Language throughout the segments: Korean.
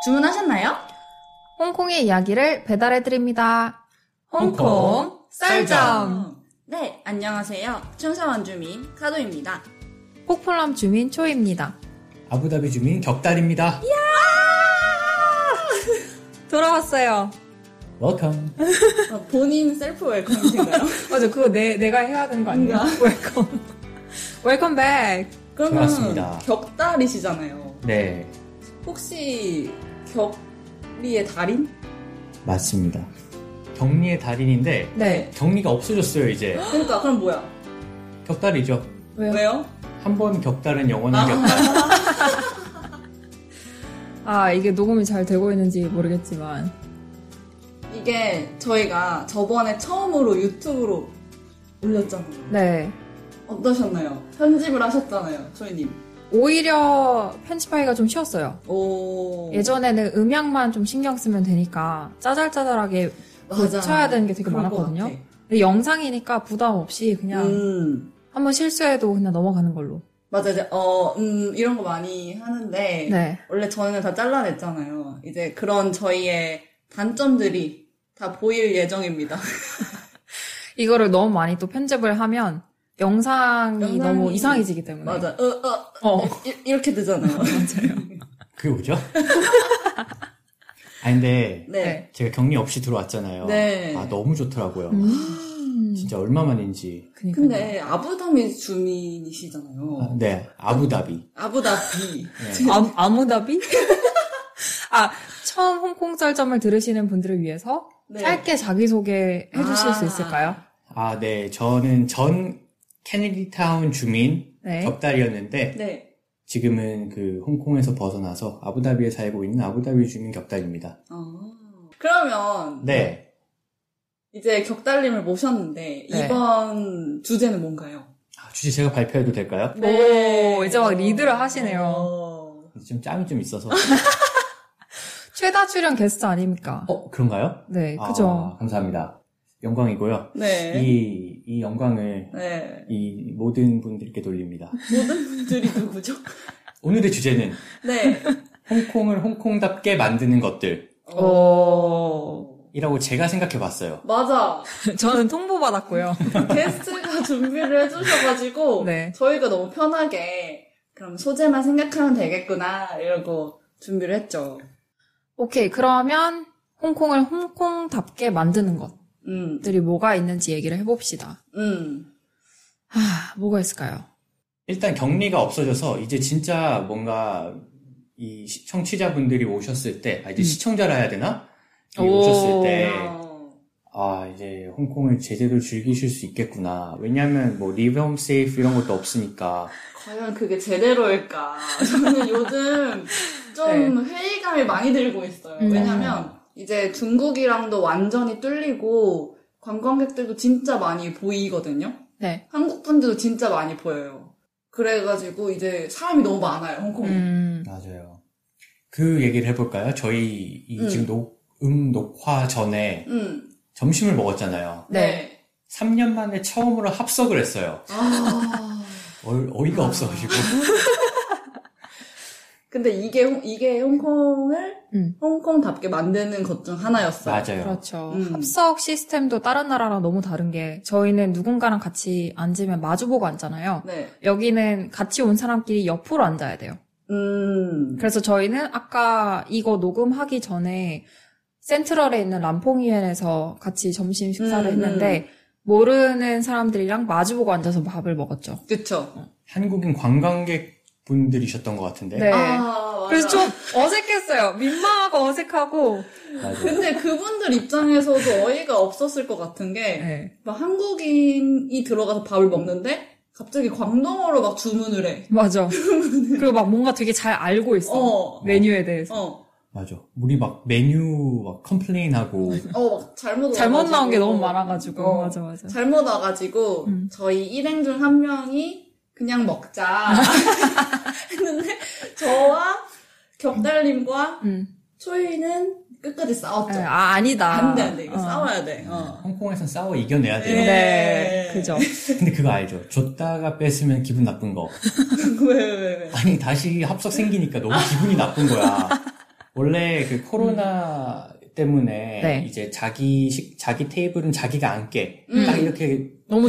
주문하셨나요? 홍콩의 이야기를 배달해드립니다. 홍콩 음. 썰정. 네, 안녕하세요. 청사원 주민 카도입니다. 폭풀남 주민 초입니다. 아부다비 주민 격달입니다. 돌아왔어요. 웰컴. 어, 본인 셀프 웰컴이신가요? 맞아, 그거 내, 내가 해야 되는 거 아니야? 웰컴. 웰컴 백. 그러면 맞습니다. 격달이시잖아요. 네, 혹시 격리의 달인? 맞습니다. 격리의 달인인데 네. 격리가 없어졌어요 이제. 그러니까 그럼 뭐야? 격달이죠. 왜요? 왜요? 한 번 격달은 영원한 격달. 아, 이게 녹음이 잘 되고 있는지 모르겠지만. 이게 저희가 저번에 처음으로 유튜브로 올렸잖아요. 네. 어떠셨나요? 편집을 하셨잖아요, 초이님. 오히려 편집하기가 좀 쉬웠어요. 오. 예전에는 음향만 좀 신경 쓰면 되니까 짜잘짜잘하게 맞아. 그 고쳐야 되는 게 되게 그럴 것 많았거든요. 같아. 근데 영상이니까 부담 없이 그냥 음. 한번 실수해도 그냥 넘어가는 걸로. 맞아, 이제, 어, 음, 이런 거 많이 하는데, 네. 원래 저는 다 잘라냈잖아요. 이제 그런 저희의 단점들이 다 보일 예정입니다. 이거를 너무 많이 또 편집을 하면 영상이, 영상이- 너무 이상해지기 때문에. 맞아, 어, 어, 어. 이- 이렇게 되잖아요. 맞아요. 그게 뭐죠? 아 근데 네. 제가 격리 없이 들어왔잖아요. 네. 아 너무 좋더라고요. 음. 진짜 얼마만인지. 그니까. 근데 아부다비 주민이시잖아요. 아, 네, 아부다비. 아부다비. 네. 아, 아무답이? 아, 처음 홍콩 썰점을 들으시는 분들을 위해서 네. 짧게 자기소개 해주실 아. 수 있을까요? 아 네, 저는 전 케네디타운 주민 네. 격달이었는데 네. 지금은 그 홍콩에서 벗어나서 아부다비에 살고 있는 아부다비 주민 격달입니다. 어. 그러면 네. 이제 격달님을 모셨는데 네. 이번 주제는 뭔가요? 아, 주제 제가 발표해도 될까요? 네. 오, 이제 막 리드를 하시네요. 어, 좀 짬이 좀 있어서. 최다 출연 게스트 아닙니까? 어, 그런가요? 네, 아, 그죠. 감사합니다. 영광이고요. 네. 이, 이 영광을 네. 이 모든 분들께 돌립니다. 모든 분들이 누구죠? 오늘의 주제는 네. 홍콩을 홍콩답게 만드는 것들이라고 어. 오. 제가 생각해 봤어요. 어. 맞아. 저는 통보받았고요. 게스트가 준비를 해주셔가지고 네. 저희가 너무 편하게 그럼 소재만 생각하면 되겠구나 이러고 준비를 했죠. 오케이, 그러면 홍콩을 홍콩답게 만드는 음, 것들이 뭐가 있는지 얘기를 해봅시다. 음, 아, 뭐가 있을까요? 일단 격리가 없어져서 이제 진짜 뭔가 이 시청자분들이 오셨을 때, 아, 이제 음. 시청자라 해야 되나? 이 오. 오셨을 때, 어, 아, 이제 홍콩을 제대로 즐기실 수 있겠구나. 왜냐면 뭐 리브홈 세이프 이런 것도 없으니까. 과연 그게 제대로일까? 저는 요즘 좀 회의감이 많이 들고 있어요. 네. 음. 왜냐면 이제 중국이랑도 완전히 뚫리고 관광객들도 진짜 많이 보이거든요. 네. 한국 분들도 진짜 많이 보여요. 그래가지고 이제 사람이 너무 많아요 홍콩. 에 음, 맞아요. 그 얘기를 해볼까요? 저희 이 음. 지금 녹, 음 녹화 전에 음, 점심을 먹었잖아요. 네. 3년 만에 처음으로 합석을 했어요. 아. 어, 이가 없어가지고. 아. 근데 이게 홍- 이게 홍콩을 음. 홍콩답게 만드는 것 중 하나였어요. 맞아요. 그렇죠. 음. 합석 시스템도 다른 나라랑 너무 다른 게 저희는 누군가랑 같이 앉으면 마주보고 앉잖아요. 네. 여기는 같이 온 사람끼리 옆으로 앉아야 돼요. 음. 그래서 저희는 아까 이거 녹음하기 전에 센트럴에 있는 람퐁이엔에서 같이 점심 식사를 음, 했는데 모르는 사람들이랑 마주보고 앉아서 밥을 먹었죠. 그쵸. 한국인 관광객 분들이셨던 것 같은데. 네. 아, 그래서 맞아. 좀 어색했어요. 민망하고 어색하고. 맞아요. 근데 그분들 입장에서도 어이가 없었을 것 같은 게, 네. 막 한국인이 들어가서 밥을 먹는데, 갑자기 광동어로 막 주문을 해. 맞아. 그리고 막 뭔가 되게 잘 알고 있어. 어, 메뉴에 대해서. 어, 맞아. 우리 막 메뉴 막 컴플레인하고. 어, 막 잘못 잘못 와가지고. 나온 게 너무 많아가지고. 어. 맞아, 맞아. 잘못 와가지고 음. 저희 일행 중 한 명이 그냥 먹자 했는데 저와 격달님과 음. 초이는 끝까지 싸웠죠. 아, 아니다. 안돼 안돼 이거 어. 싸워야 돼. 어. 홍콩에선 싸워 이겨내야 돼요. 네. 네. 그죠. 근데 그거 알죠? 줬다가 뺏으면 기분 나쁜 거. 왜, 왜, 왜. 아니 다시 합석 생기니까 너무 기분이 나쁜 거야. 원래 그 코로나 때문에 네. 이제 자기 식, 자기 테이블은 자기가 앉게 음. 딱 이렇게 너무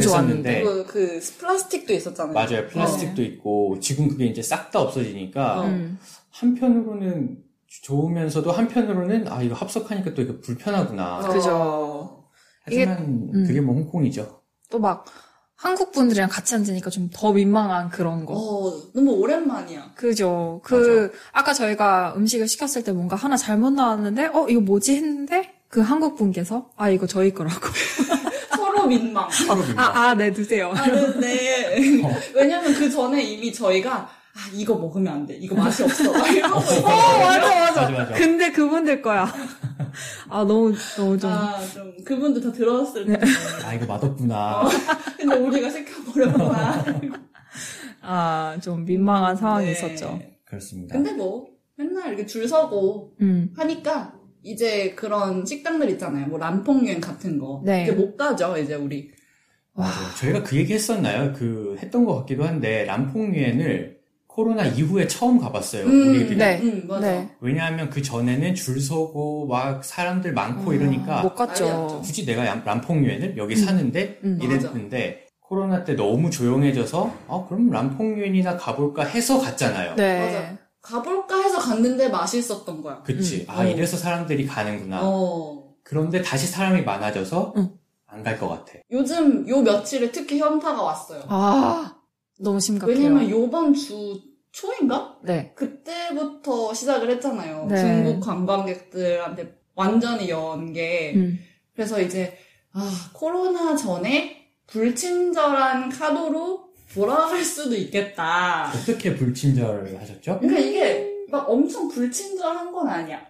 좋았는데. 됐었는데. 그리고 그 플라스틱도 있었잖아요. 네. 맞아요. 플라스틱도 네. 있고 지금 그게 이제 싹 다 없어지니까 어. 음. 한편으로는 좋으면서도 한편으로는 아 이거 합석하니까 또 이거 불편하구나. 어. 그죠. 이게- 하지만 음. 그게 뭐 홍콩이죠. 또 막 한국 분들이랑 같이 앉으니까 좀 더 민망한 그런 거. 어, 너무 오랜만이야. 그죠. 그, 아까 저희가 음식을 시켰을 때 뭔가 하나 잘못 나왔는데, 어, 이거 뭐지? 했는데, 그 한국 분께서, 아, 이거 저희 거라고. 서로 민망. 서로입니다. 아, 아, 네, 드세요. 아, 근데 어. 왜냐면 그 전에 이미 저희가 아 이거 먹으면 안 돼. 이거 맛이 없어. 막 이러고 어, 맞아, 맞아. 맞아, 맞아. 근데 그분들 거야. 아, 너무, 너무 좀. 아좀 그분들 다 들었을 때. 아 이거 어. 맛없구나. 근데 우리가 시켜버렸구나. 아, 좀 민망한 상황이 네. 있었죠. 그렇습니다. 근데 뭐 맨날 이렇게 줄 서고 음. 하니까 이제 그런 식당들 있잖아요. 뭐 란퐁유엔 같은 거. 네. 이제 못 가죠. 이제 우리. 맞아요. 저희가 그 얘기 했었나요? 그 했던 것 같기도 한데 람퐁유엔을 코로나 이후에 처음 가봤어요. 우리들이. 네. 음, 맞아. 네. 왜냐하면 그 전에는 줄 서고 막 사람들 많고 아, 이러니까 못 갔죠. 아니었죠. 굳이 내가 람- 람퐁유엔을 여기 사는데 음. 이랬는데 코로나 때 너무 조용해져서 아 그럼 람퐁유엔이나 가볼까 해서 갔잖아요. 네. 가볼까 해서 갔는데 맛있었던 거야. 그치. 음. 아 어. 이래서 사람들이 가는구나. 어. 그런데 다시 사람이 많아져서 응. 안 갈 것 같아. 요즘 요 며칠에 특히 현타가 왔어요. 아, 너무 심각해요. 왜냐면 요번 주 초인가? 네. 그때부터 시작을 했잖아요. 네. 중국 관광객들한테 완전히 연 게. 음. 그래서 이제, 아, 코로나 전에 불친절한 카도로 돌아갈 수도 있겠다. 어떻게 불친절을 하셨죠? 그러니까 이게 막 엄청 불친절한 건 아니야.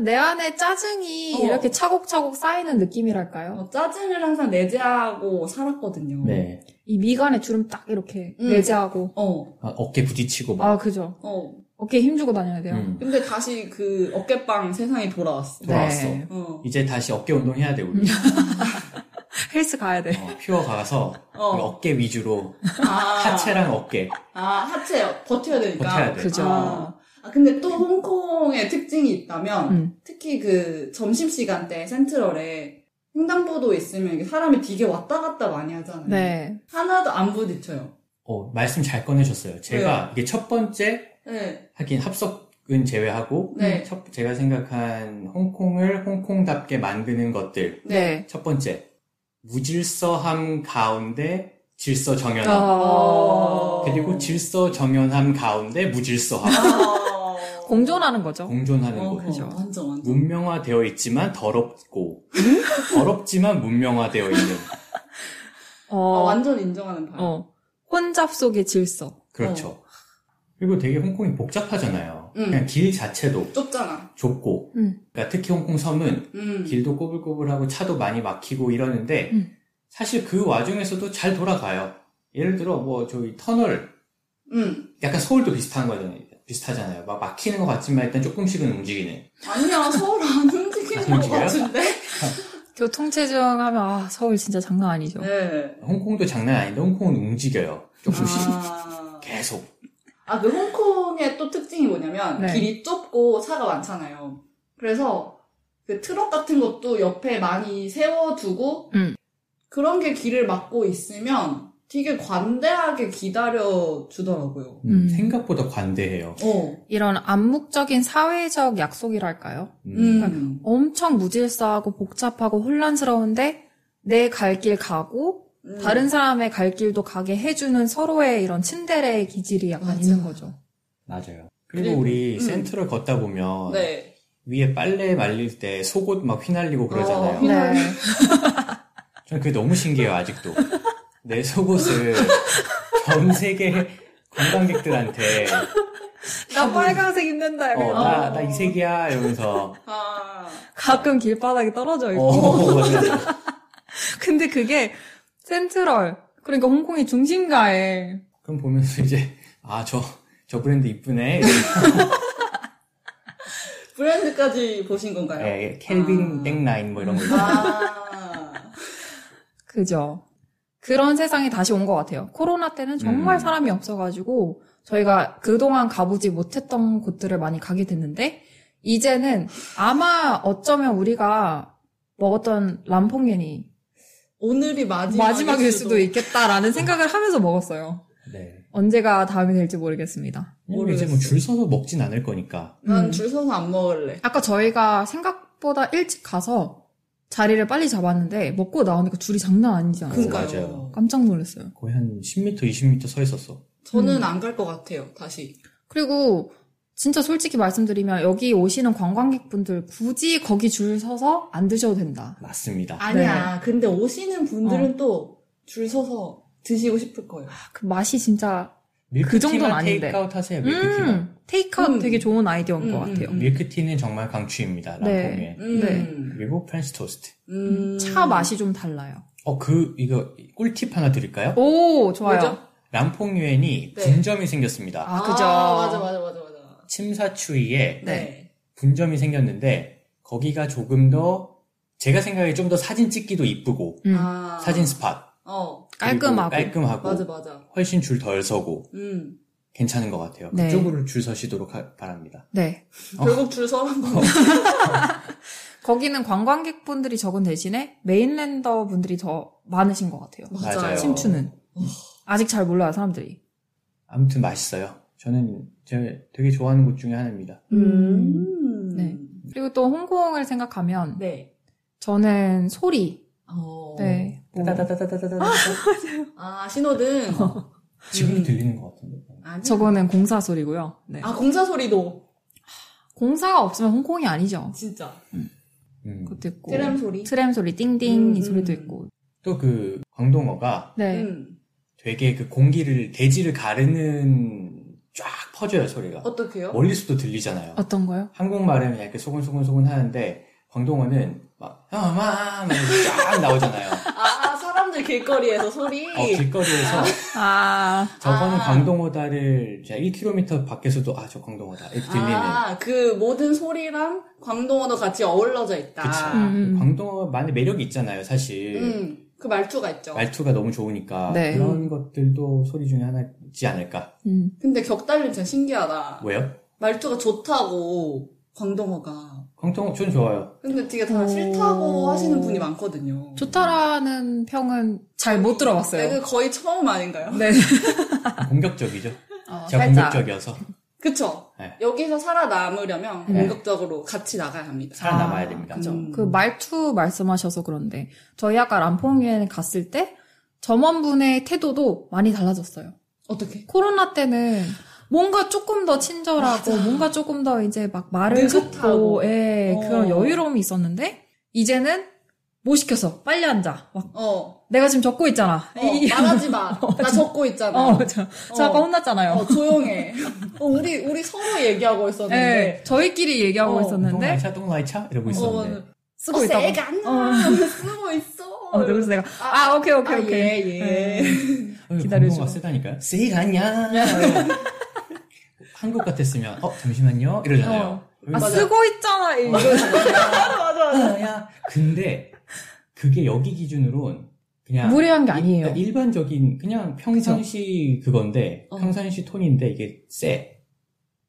내 안에 짜증이 어. 이렇게 차곡차곡 쌓이는 느낌이랄까요? 어, 짜증을 항상 내재하고 음. 살았거든요. 네. 이 미간에 주름 딱 이렇게 음. 내재하고. 어, 아, 어깨 부딪히고 막 아, 그죠. 어. 어깨에 힘주고 다녀야 돼요. 음, 근데 다시 그 어깨빵 세상이 돌아왔어. 돌아왔어. 네. 어. 이제 다시 어깨 운동 해야 돼 우리. 헬스 가야 돼. 어, 퓨어 가서 우리 네. 어. 어깨 위주로 아. 하체랑 어깨 아, 하체 버텨야 되니까. 버텨야 돼. 그죠. 아, 아, 근데 또 홍콩의 특징이 있다면, 음. 특히 그 점심시간 때 센트럴에 횡단보도 있으면 이게 사람이 되게 왔다 갔다 많이 하잖아요. 네. 하나도 안 부딪혀요. 어, 말씀 잘 꺼내셨어요. 제가 이게 첫 번째 네. 하긴 합석은 제외하고 네. 첫- 제가 생각한 홍콩을 홍콩답게 만드는 것들 네. 첫 번째 무질서함 가운데 질서 아. 정연함 아. 어... 어. 그리고 질서 정연함 가운데 무질서함 아. 공존하는 거죠. 공존하는 어, 거죠. 거죠. 완전, 완전. 문명화되어 있지만 더럽고 더럽지만 문명화되어 있는 어, 아, 완전 인정하는 바. 요 어. 혼잡 속의 질서. 그렇죠. 그리고 되게 홍콩이 복잡하잖아요. 음. 그냥 길 자체도 좁잖아. 좁고, 음. 그러니까 특히 홍콩 섬은 음. 길도 꼬불꼬불하고 차도 많이 막히고 이러는데 음. 사실 그 와중에서도 잘 돌아가요. 예를 들어 뭐 저희 터널, 음. 약간 서울도 비슷한 거잖아요. 비슷하잖아요. 막 막히는 것 같지만 일단 조금씩은 움직이는. 아니야, 서울 안 움직이는 것 움직여요? 같은데? 교통체증 하면, 아, 서울 진짜 장난 아니죠. 네. 홍콩도 장난 아닌데 홍콩은 움직여요. 조금씩 아. 계속. 아, 그 홍콩의 또 특징이 뭐냐면 네. 길이 좁고 차가 많잖아요. 그래서 그 트럭 같은 것도 옆에 많이 세워두고 음. 그런 게 길을 막고 있으면 되게 관대하게 기다려 주더라고요. 음, 음. 생각보다 관대해요. 어, 이런 암묵적인 사회적 약속이랄까요? 음. 음, 엄청 무질서하고 복잡하고 혼란스러운데, 내 갈 길 가고, 음. 다른 사람의 갈 길도 가게 해주는 서로의 이런 츤데레의 기질이 약간 맞아. 있는 거죠. 맞아요. 그리고 그리고- 우리 음. 센트럴 걷다 보면 네, 위에 빨래 말릴 때 속옷 막 휘날리고 그러잖아요. 어, 휘- 네. 전 그게 너무 신기해요, 아직도. 내 속옷을 전 세계 관광객들한테, 나 빨간색 입는다. 어, 약간. 나, 나 이색이야, 이러면서. 아, 가끔 길바닥에 떨어져 있고. 어, 맞아요. 근데 그게 센트럴, 그러니까 홍콩의 중심가에. 그럼 보면서 이제, 아, 저, 저 브랜드 이쁘네. 이러면서 브랜드까지 보신 건가요? 예, 켈빈 아. 땡라인 뭐 이런 거. 있잖아요. 아, 그죠. 그런 세상이 다시 온 것 같아요. 코로나 때는 정말 음. 사람이 없어가지고, 저희가 그동안 가보지 못했던 곳들을 많이 가게 됐는데, 이제는 아마 어쩌면 우리가 먹었던 람퐁겐이 오늘이 마지막 마지막일 수도 있겠다라는 생각을 하면서 먹었어요. 음. 네. 언제가 다음이 될지 모르겠습니다. 왜냐면 이제 뭐 줄 서서 먹진 않을 거니까. 난 음. 줄 서서 안 먹을래. 아까 저희가 생각보다 일찍 가서 자리를 빨리 잡았는데 먹고 나오니까 줄이 장난 아니잖아요. 그니까. 그러니까요. 맞아요. 깜짝 놀랐어요. 거의 한 10m, 20m 서 있었어. 저는 음. 안 갈 것 같아요. 다시. 그리고 진짜 솔직히 말씀드리면 여기 오시는 관광객분들 굳이 거기 줄 서서 안 드셔도 된다. 맞습니다. 아니야. 근데 오시는 어. 분들은 또 줄 서서 드시고 싶을 거예요. 그 맛이 진짜 밀크티만 그 정도는 아닌데. 테이크아웃 하세요, 밀크티만. 음, 테이크아웃 음. 되게 좋은 아이디어인 음, 것 음, 같아요. 음. 밀크티는 정말 강추입니다. 람퐁 네. 위에. 음. 그리고 프렌치 토스트. 음. 차 맛이 좀 달라요. 어, 그, 이거, 꿀팁 하나 어. 드릴까요? 오 좋아요. 음. 뭐죠? 람퐁 유엔이 네. 분점이 생겼습니다. 아, 그죠. 맞아, 맞아, 맞아, 맞아. 침사추위에 네. 분점이 생겼는데, 거기가 조금 더, 제가 생각에 좀 더 사진 찍기도 이쁘고, 음. 아. 사진 스팟. 어, 그리고 깔끔하고. 깔끔하고, 맞아, 맞아. 훨씬 줄 덜 서고, 음. 괜찮은 것 같아요. 네. 그쪽으로 줄 서시도록 하- 바랍니다. 네. 어. 결국 줄 서란 거. 거기는 관광객분들이 적은 대신에 메인랜더 분들이 더 많으신 것 같아요. 맞아요. 맞아요. 침투는 음. 아직 잘 몰라요 사람들이. 아무튼 맛있어요. 저는 제가 되게 좋아하는 곳 중에 하나입니다. 음. 네. 그리고 또 홍콩을 생각하면 네. 저는 소리. 어. 네. 뭐 따다다다다다다다. 어. 아, 신호등. 지금도 음. 들리는 것 같은데. 아니. 저거는 공사 소리고요. 네. 아, 공사 소리도. 공사가 없으면 홍콩이 아니죠. 진짜. 음. 그것도 있고. 트램 소리. 트램 소리, 띵띵 음, 이 소리도 음. 있고. 또 그 광동어가 네. 음. 되게 그 공기를 대지를 가르는 쫙 퍼져요 소리가. 어떻게요? 멀리서도 들리잖아요. 어떤 거요? 한국말은 그냥 이렇게 소곤소곤소곤 하는데 광동어는 막 마마 쫙 나오잖아요. 아, 사람들 길거리에서 소리. 어, 길거리에서 아. 저거는 아. 광동어다를 제가 1km 밖에서도 아 저 광동어다 이렇게 들리는. 아, 그 모든 소리랑 광동어도 같이 어우러져 있다. 그치. 음. 광동어 많이 매력이 있잖아요, 사실. 음, 그 말투가 있죠. 예. 말투가 너무 좋으니까 네. 그런 것들도 소리 중에 하나지 않을까. 음. 근데 격달림 진짜 신기하다. 왜요? 말투가 좋다고, 광동어가. 광동 저는 좋아요. 근데 되게 다 오. 싫다고 하시는 분이 많거든요. 좋다라는 평은 잘 못 네, 들어봤어요. 그 거의 처음 아닌가요? 네. 공격적이죠. 어, 제가 살짝. 공격적이어서 그쵸? 네. 여기서 살아남으려면 네. 공격적으로 같이 나가야 합니다. 살아남아야 아, 됩니다. 그죠. 음. 그 말투 말씀하셔서 그런데 저희 아까 람퐁유엔 갔을 때 점원분의 태도도 많이 달라졌어요. 어떻게? 코로나 때는 뭔가 조금 더 친절하고 뭔가 조금 더 이제 막 말을 느긋하고. 섞고 예, 어. 그런 여유로움이 있었는데 이제는 못 시켰어. 빨리 앉아. 막 어, 내가 지금 적고 있잖아. 어 이- 말하지 마. 나 적고 있잖아. 어, 저, 저 아까 어. 혼났잖아요. 어, 조용해. 어, 우리, 우리 서로 얘기하고 예, 있었는데. 저희끼리 얘기하고 어, 있었는데 똥라이차 똥라이차 이러고 어, 있었는데 쓰고 어, 있다가 새가 안 나. 어. 쓰고 있어. 어, 그래서 내가 아, 오케이 오케이 오케이. 예, 예. 어, 기다려줘. 광동어가 세다니까요. 세이가냐. 한국 같았으면 어 잠시만요 이러잖아요. 어. 아 쓰고 있잖아. 네. 이거. 맞아, 맞아. 야 근데 그게 여기 기준으론 그냥 그러니까 무례한 게 아니에요. 일반적인 그냥 평상시 그건데 어. 평상시 톤인데 이게 세.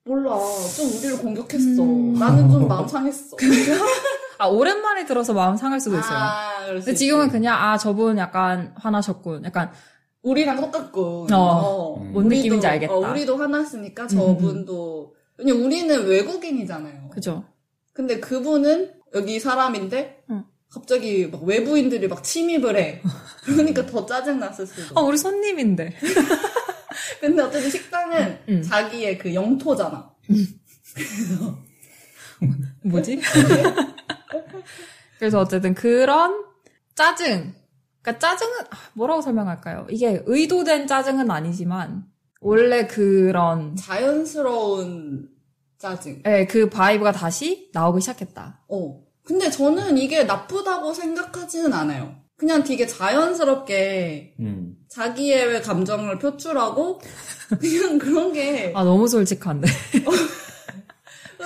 몰라. 좀 우리를 공격했어. 음. 나는 좀 마음 상했어. 아 오랜만에 들어서 마음 상할 수도 있어요. 아, 그럴 수 근데 지금은 그냥 아 저분 약간 화나셨군. 약간 있지. 우리랑 똑같고. 어. 음. 뭔 우리도- 느낌인지 알겠다. 음. 어, 우리도 화났으니까 저분도. 왜냐 우리는 외국인이잖아요. 그죠? 근데 그분은 여기 사람인데 응. 어. 갑자기 막 외부인들이 막 침입을 해. 그러니까 더 짜증 났을 수도. 아 우리 손님인데. 근데 어쨌든 식당은 응. 자기의 그 영토잖아. 뭐지? 그래서 어쨌든 그런 짜증. 그러니까 짜증은 아, 뭐라고 설명할까요? 이게 의도된 짜증은 아니지만 원래 그런 자연스러운 짜증. 예, 그 바이브가 다시 나오기 시작했다. 어. 근데 저는 이게 나쁘다고 생각하지는 않아요. 그냥 되게 자연스럽게 음. 자기의 감정을 표출하고 그냥 그런 게 아 너무 솔직한데.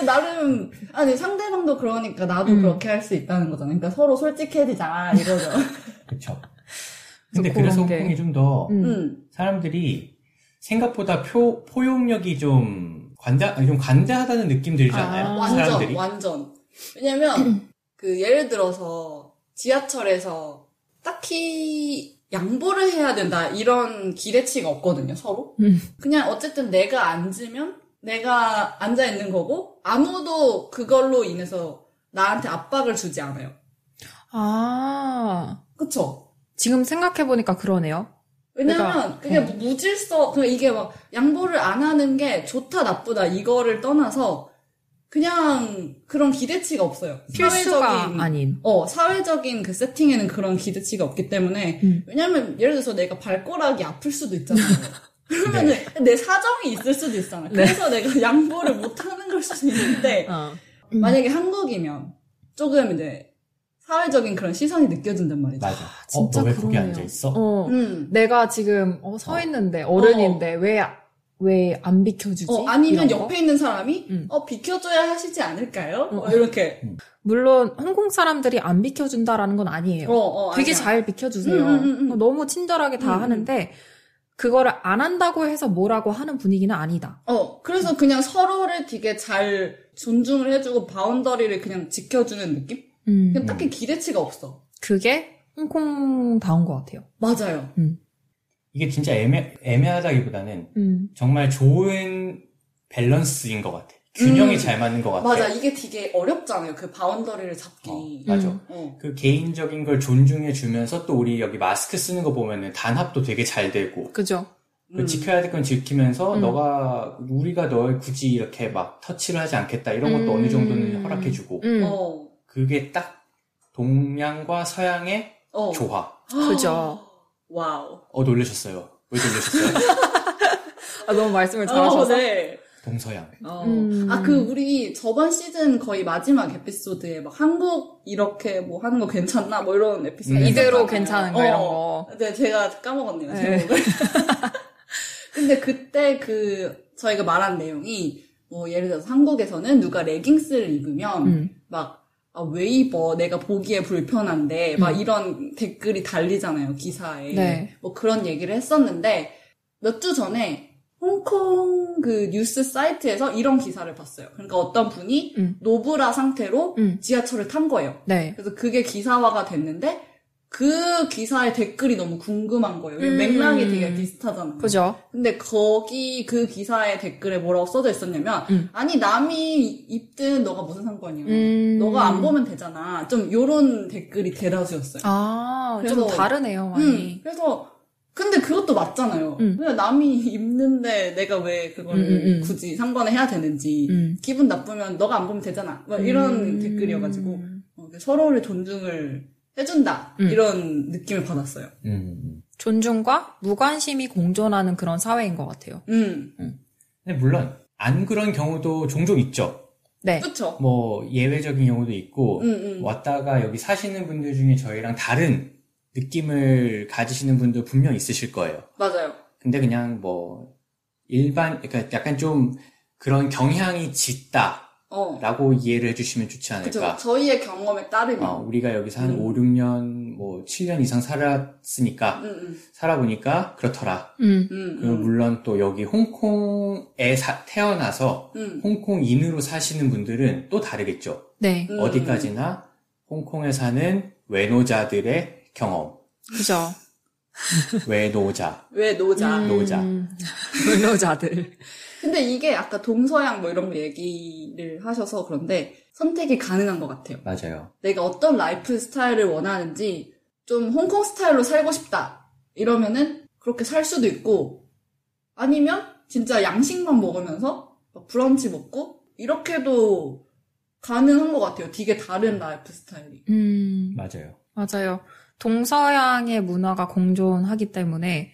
나름 아니 상대방도 그러니까 나도 음. 그렇게 할 수 있다는 거잖아. 그러니까 서로 솔직해지자 이거죠. 그쵸. 근데 그래서 그래서 그런 게- 홍콩이 좀 더 음. 음. 사람들이 생각보다 표, 포용력이 좀 관대, 아니, 좀 관대하다는 느낌 들지 아, 않아요? 완전, 사람들이? 완전. 왜냐면, 그, 예를 들어서, 지하철에서 딱히 양보를 해야 된다, 이런 기대치가 없거든요, 서로. 음. 그냥 어쨌든 내가 앉으면, 내가 앉아있는 거고, 아무도 그걸로 인해서 나한테 압박을 주지 않아요. 아, 그쵸? 지금 생각해보니까 그러네요. 그러니까, 왜냐면, 그게 네. 뭐 무질서, 그냥 이게 막, 양보를 안 하는 게 좋다, 나쁘다, 이거를 떠나서, 그냥, 그런 기대치가 없어요. 필수가 사회적인- 아닌. 어, 사회적인 그 세팅에는 그런 기대치가 없기 때문에, 음. 왜냐면, 예를 들어서 내가 발가락이 아플 수도 있잖아요. 네. 네. 그러면은, 내 사정이 있을 수도 있잖아. 그래서 내가 양보를 못 하는 걸 수도 있는데, 어. 만약에 한국이면, 조금 이제, 사회적인 그런 시선이 느껴진단 말이죠. 맞아. 어, 진짜 너 왜 그러네요. 거기 앉아있어? 어, 음. 내가 지금 어, 서 있는데 어른인데 왜 왜 안 비켜주지? 어, 아니면 이런 거? 옆에 있는 사람이, 음. 어, 비켜줘야 하시지 않을까요? 어. 어, 이렇게. 물론 홍콩 사람들이 안 비켜준다라는 건 아니에요. 어, 어. 되게 아니야. 잘 비켜주세요. 음, 음, 음, 음. 어, 너무 친절하게 다 음, 음. 하는데 그거를 안 한다고 해서 뭐라고 하는 분위기는 아니다. 어, 그래서 그냥 서로를 되게 잘 존중을 해주고 바운더리를 그냥 지켜주는 느낌? 음, 그냥 딱히 기대치가 없어. 그게 홍콩 다운 것 같아요. 맞아요. 이게 진짜 애매, 애매하다기보다는 음. 정말 좋은 밸런스인 것 같아. 균형이 음. 잘 맞는 것 같아. 맞아, 이게 되게 어렵잖아요. 그 바운더리를 잡기. 어, 맞아. 음. 어. 그 개인적인 걸 존중해 주면서 또 우리 여기 마스크 쓰는 거 보면은 단합도 되게 잘 되고 그죠? 그 음. 지켜야 될 건 지키면서 음. 너가 우리가 널 굳이 이렇게 막 터치를 하지 않겠다 이런 것도 음. 어느 정도는 허락해 주고 음. 어. 그게 딱 동양과 서양의 어. 조화. 그죠. 와우. 어 놀라셨어요. 왜 놀라셨어요? 아, 너무 말씀을 어, 잘하셔서 네. 동서양. 어. 음. 아, 그, 우리 저번 시즌 거의 마지막 에피소드에 막 한국 이렇게 뭐 하는 거 괜찮나? 뭐 이런 에피소드. 음. 이대로 했었잖아요. 괜찮은 거 어. 이런 거. 네, 제가 까먹었네요, 네. 제목을. 근데 그때 그, 저희가 말한 내용이, 뭐, 예를 들어서 한국에서는 누가 레깅스를 입으면, 음. 막, 아, 왜 입어? 내가 보기에 불편한데, 막 이런 댓글이 달리잖아요, 기사에. 음. 네. 뭐 그런 얘기를 했었는데, 몇 주 전에, 홍콩 그 뉴스 사이트에서 이런 기사를 봤어요. 그러니까 어떤 분이 음. 노브라 상태로 음. 지하철을 탄 거예요. 네. 그래서 그게 기사화가 됐는데 그 기사의 댓글이 너무 궁금한 거예요. 음. 맥락이 되게 비슷하잖아요. 그죠? 근데 거기 그 기사의 댓글에 뭐라고 써져 있었냐면 음. 아니 남이 입든 너가 무슨 상관이야. 음. 너가 안 보면 되잖아. 좀 요런 댓글이 대다수였어요. 아, 좀 그래서- 다르네요, 음, 많이. 그래서 근데 그것도 맞잖아요. 음. 그냥 남이 입는데 내가 왜 그걸 음, 음, 음. 굳이 상관을 해야 되는지 음. 기분 나쁘면 너가 안 보면 되잖아. 막 이런 음. 댓글이어가지고 어, 서로를 존중을 해준다 음. 이런 느낌을 받았어요. 음. 존중과 무관심이 공존하는 그런 사회인 것 같아요. 음, 근데 네, 물론 안 그런 경우도 종종 있죠. 네. 그렇죠. 뭐 예외적인 경우도 있고 음, 음. 왔다가 여기 사시는 분들 중에 저희랑 다른 느낌을 가지시는 분들 분명 있으실 거예요. 맞아요. 근데 그냥 뭐 일반 그러니까 약간 좀 그런 경향이 짙다라고 어, 이해를 해주시면 좋지 않을까. 그러니까. 그렇죠. 저희의 경험에 따르면, 어, 우리가 여기서 한 음. 5, 6년, 뭐 7년 이상 살았으니까 아, 음, 음, 살아보니까 그렇더라. 음. 음, 그리고 물론 또 여기 홍콩에 사- 태어나서 음, 홍콩인으로 사시는 분들은 또 다르겠죠. 네. 음. 어디까지나 홍콩에 사는 외노자들의 경험. 그죠? 외노자. 왜 노자? 음. 노자. 노자들. 근데 이게 아까 동서양 뭐 이런 거 얘기를 하셔서 그런데 선택이 가능한 것 같아요. 맞아요. 내가 어떤 라이프 스타일을 원하는지 좀 홍콩 스타일로 살고 싶다 이러면은 그렇게 살 수도 있고 아니면 진짜 양식만 먹으면서 막 브런치 먹고 이렇게도 가능한 것 같아요. 되게 다른 라이프 스타일이. 음. 맞아요. 맞아요. 동서양의 문화가 공존하기 때문에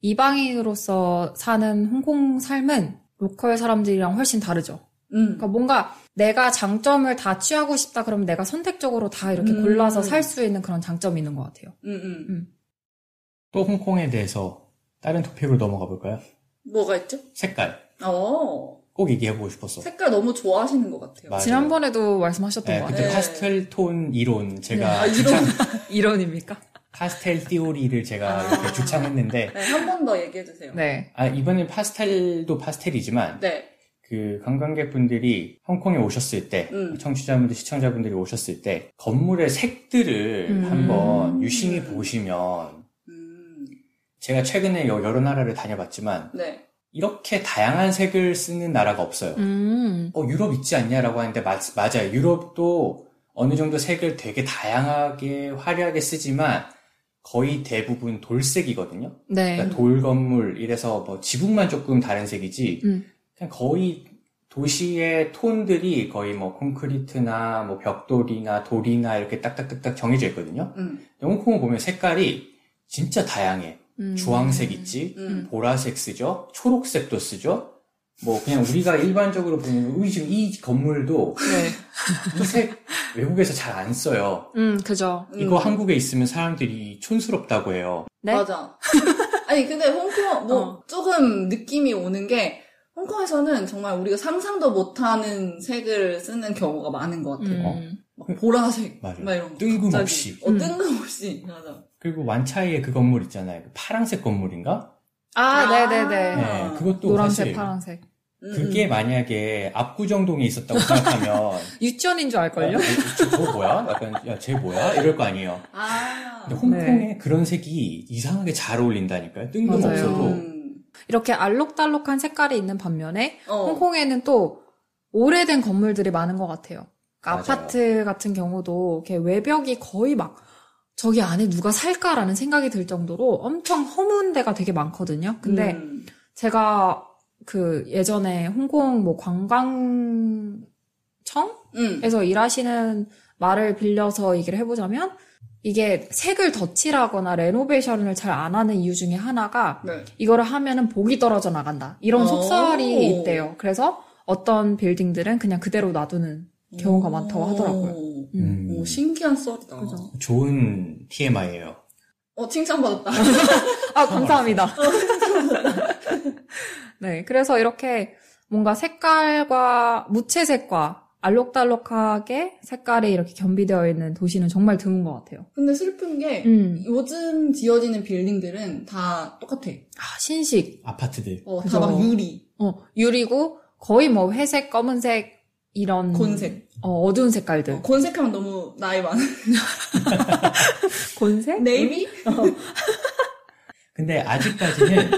이방인으로서 사는 홍콩 삶은 로컬 사람들이랑 훨씬 다르죠. 음, 그러니까 뭔가 내가 장점을 다 취하고 싶다 그러면 내가 선택적으로 다 이렇게 음. 골라서 살 수 있는 그런 장점이 있는 것 같아요. 음, 음. 또 홍콩에 대해서 다른 토픽으로 넘어가 볼까요? 뭐가 있죠? 색깔. 어, 꼭 얘기해보고 싶었어. 색깔 너무 좋아하시는 것 같아요. 맞아요. 지난번에도 말씀하셨던 네, 것 그때 같아요. 네. 파스텔 톤 이론 제가 아, 이런 주창, 이론입니까? 파스텔 띠오리를 제가 아. 이렇게 주창했는데 네, 한 번 더 얘기해 주세요. 네. 아, 이번엔 파스텔도 파스텔이지만 네. 그 관광객분들이 홍콩에 오셨을 때 음. 청취자분들 시청자분들이 오셨을 때 건물의 색들을 음. 한번 유심히 보시면 음, 제가 최근에 여- 여러 나라를 다녀봤지만 네. 이렇게 다양한 색을 쓰는 나라가 없어요. 음. 어, 유럽 있지 않냐라고 하는데 맞, 맞아요. 유럽도 어느 정도 색을 되게 다양하게 화려하게 쓰지만 거의 대부분 돌색이거든요. 네. 그러니까 돌 건물 이래서 뭐 지붕만 조금 다른 색이지 음. 그냥 거의 도시의 톤들이 거의 뭐 콘크리트나 뭐 벽돌이나 돌이나 이렇게 딱딱딱딱 정해져 있거든요. 음, 근데 홍콩을 보면 색깔이 진짜 다양해. 음. 주황색 있지, 음. 보라색 쓰죠, 초록색도 쓰죠. 뭐 그냥 우리가 일반적으로 보는 우리 지금 이 건물도 네. 이색 외국에서 잘 안 써요. 음, 그죠. 음. 이거 한국에 있으면 사람들이 촌스럽다고 해요. 네? 맞아. 아니 근데 홍콩 뭐 어. 조금 느낌이 오는 게 홍콩에서는 정말 우리가 상상도 못하는 색을 쓰는 경우가 많은 것 같아요. 음. 막 보라색 맞아요. 막 이런 거 뜬금없이. 갑자기. 어, 음. 뜬금없이 맞아. 그리고 완차이의 그 건물 있잖아요. 그 파랑색 건물인가? 아, 아. 네네네. 네, 그것도 노란색, 사실 파란색. 음, 그게 음. 만약에 압구정동에 있었다고 생각하면 유치원인 줄 어, 네. 알걸요? 저, 저 뭐야? 약간 야, 쟤 뭐야? 이럴 거 아니에요. 아 근데 홍콩에 그런 색이 이상하게 잘 어울린다니까요. 뜬금없어도. 음. 이렇게 알록달록한 색깔이 있는 반면에 어. 홍콩에는 또 오래된 건물들이 많은 것 같아요. 그러니까 맞아요. 아파트 같은 경우도 이렇게 외벽이 거의 막 저기 안에 누가 살까라는 생각이 들 정도로 엄청 허문 데가 되게 많거든요. 근데 음. 제가 그 예전에 홍콩 뭐 관광청에서 음. 일하시는 말을 빌려서 얘기를 해보자면 이게 색을 덧칠하거나 레노베이션을 잘 안 하는 이유 중에 하나가 네. 이거를 하면은 복이 떨어져 나간다. 이런 오. 속설이 있대요. 그래서 어떤 빌딩들은 그냥 그대로 놔두는. 경우가 많다고 하더라고요. 오, 음. 음, 오, 신기한 썰이다. 그죠. 좋은 TMI예요. 어 칭찬받았다. 아, 감사합니다. 네, 그래서 이렇게 뭔가 색깔과 무채색과 알록달록하게 색깔이 이렇게 겸비되어 있는 도시는 정말 드문 것 같아요. 근데 슬픈 게 음. 요즘 지어지는 빌딩들은 다 똑같아. 아, 신식. 아파트들. 어, 그죠. 다 막 유리, 어, 유리고 거의 뭐 회색, 검은색 이런 곤색. 어, 어두운 색깔들. 어, 곤색하면 너무 나이 많은. 곤색? 네이비? 근데 아직까지는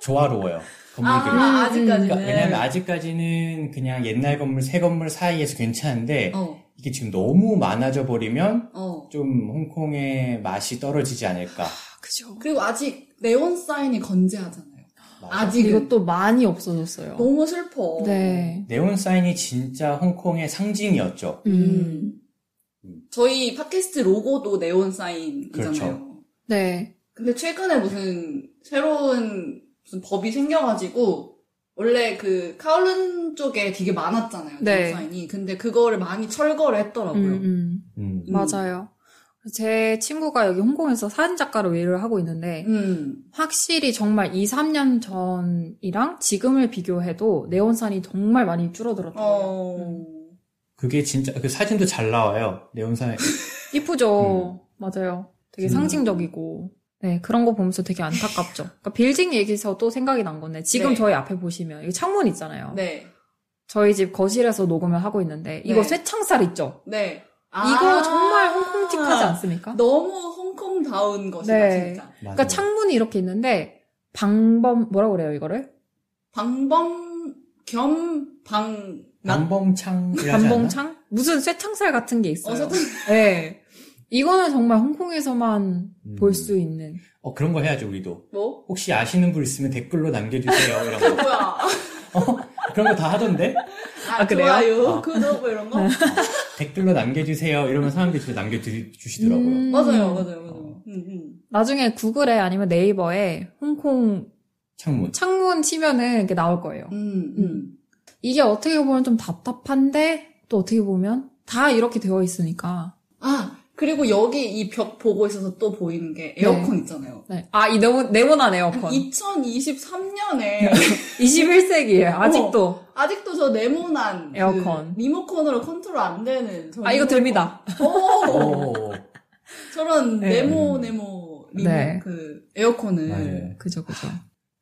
조화로워요. 건물들이. 아, 아직까지는. 그러니까 왜냐면 아직까지는 그냥 옛날 건물, 새 건물 사이에서 괜찮은데 어, 이게 지금 너무 많아져 버리면 어. 좀 홍콩의 맛이 떨어지지 않을까. 아, 그죠. 그리고 아직 네온 사인이 건재하잖아요. 아직 은 이것도 많이 없어졌어요. 너무 슬퍼. 네. 네온 사인이 진짜 홍콩의 상징이었죠. 음. 음. 저희 팟캐스트 로고도 네온 사인이잖아요. 그렇죠. 네. 근데 최근에 무슨 새로운 무슨 법이 생겨가지고 원래 그 카울룬 쪽에 되게 많았잖아요. 네. 네온 사인이. 근데 그거를 많이 철거를 했더라고요. 음, 음. 음. 음. 맞아요. 제 친구가 여기 홍콩에서 사진 작가로 일을 하고 있는데 음. 확실히 정말 2, 3년 전이랑 지금을 비교해도 네온산이 정말 많이 줄어들었더라고요. 어. 그게 진짜 그 사진도 잘 나와요. 네온 사인. 이쁘죠? 맞아요. 되게 음. 상징적이고. 네, 그런 거 보면서 되게 안타깝죠. 그러니까 빌딩 얘기에서 또 생각이 난 건데 지금 네. 저희 앞에 보시면 여기 창문 있잖아요. 네. 저희 집 거실에서 녹음을 하고 있는데 네. 이거 쇠창살 있죠? 네. 이거 아. 정말 홍콩틱하지 않습니까? 너무 홍콩다운 것이다, 네. 진짜. 그러니까 창문이 이렇게 있는데 방범 뭐라 그래요 이거를? 방범 겸 방, 나, 남봉창이라지 않나? 반봉창? 무슨 쇠창살 같은 게 있어요. 어서 네. 이거는 정말 홍콩에서만 음. 볼 수 있는. 어 그런 거 해야죠 우리도. 뭐? 혹시 아시는 분 있으면 댓글로 남겨주세요. 이런 거. 어? 뭐야. 그런 거 다 하던데? 아, 아, 그래요? 어. 네. 좋아요. 아. 구독 뭐 이런 거? 댓글로 남겨주세요. 이러면 사람들이 진짜 남겨주시더라고요. 음. 맞아요, 맞아요, 맞아요. 음, 음. 나중에 구글에 아니면 네이버에 홍콩 창문. 창문 치면은 이렇게 나올 거예요. 음, 음. 이게 어떻게 보면 좀 답답한데 또 어떻게 보면 다 이렇게 되어 있으니까. 아, 그리고 여기 이 벽 보고 있어서 또 보이는 게 에어컨 있잖아요. 네. 아, 이 네모, 네모난 네. 에어컨. 네. 2023년에 21세기에 어. 아직도. 아직도 저 네모난 그 에어컨. 리모컨으로 컨트롤 안 되는 저 아, 어. 이거 리모컨. 됩니다. 오, 어. 오. 저런 네. 네모 네모 리모 네. 그 에어컨을 맞아요. 그죠, 그죠.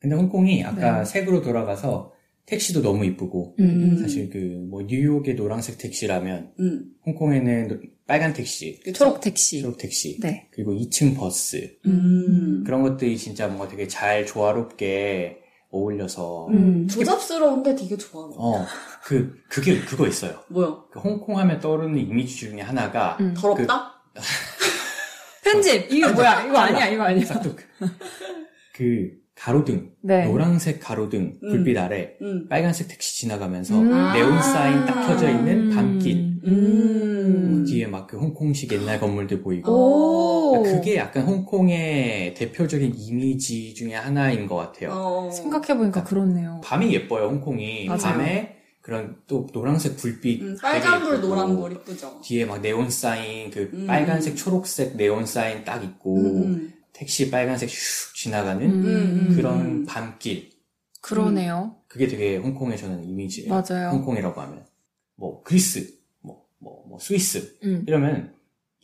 근데 홍콩이 아까 네. 색으로 돌아가서 택시도 너무 이쁘고 음. 사실 그 뭐 뉴욕의 노란색 택시라면 음. 홍콩에는 노- 빨간 택시, 그쵸? 초록 택시. 초록 택시, 네. 그리고 2층 버스 음. 그런 것들이 진짜 뭔가 되게 잘 조화롭게 어울려서 음. 조잡스러운데 되게 좋아. 어 그 그게 그거 있어요. 뭐야? 그 홍콩 하면 떠오르는 이미지 중에 하나가 음. 더럽다? 편집 이게 뭐야? 이거 아니야, 이거 아니야. 싹둑 그 가로등 네. 노란색 가로등 음. 불빛 아래 음. 빨간색 택시 지나가면서 음. 아. 네온 사인 딱 켜져 있는 밤길 음. 뒤에 막 그 홍콩식 옛날 건물들 보이고 그러니까 오. 그게 약간 홍콩의 대표적인 이미지 중에 하나인 것 같아요. 어. 네. 생각해보니까 그렇네요. 밤이 예뻐요 홍콩이 맞아요. 밤에 그런 또 노란색 불빛 음, 되게 빨간불, 예쁘고 노란불 이쁘죠. 뒤에 막 네온 사인 그 음. 빨간색 초록색 네온 사인 딱 있고 음. 택시 빨간색 슉 지나가는 음. 그런 밤길 그러네요. 그게 되게 홍콩의 저는 이미지예요. 맞아요. 홍콩이라고 하면 뭐 그리스 뭐 뭐, 뭐 스위스 음. 이러면